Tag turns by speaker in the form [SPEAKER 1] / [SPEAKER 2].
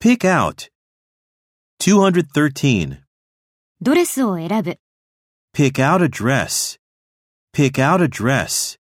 [SPEAKER 1] Pick out. 213.
[SPEAKER 2] ドレスを選ぶ。
[SPEAKER 1] Pick out a dress. Pick out a dress.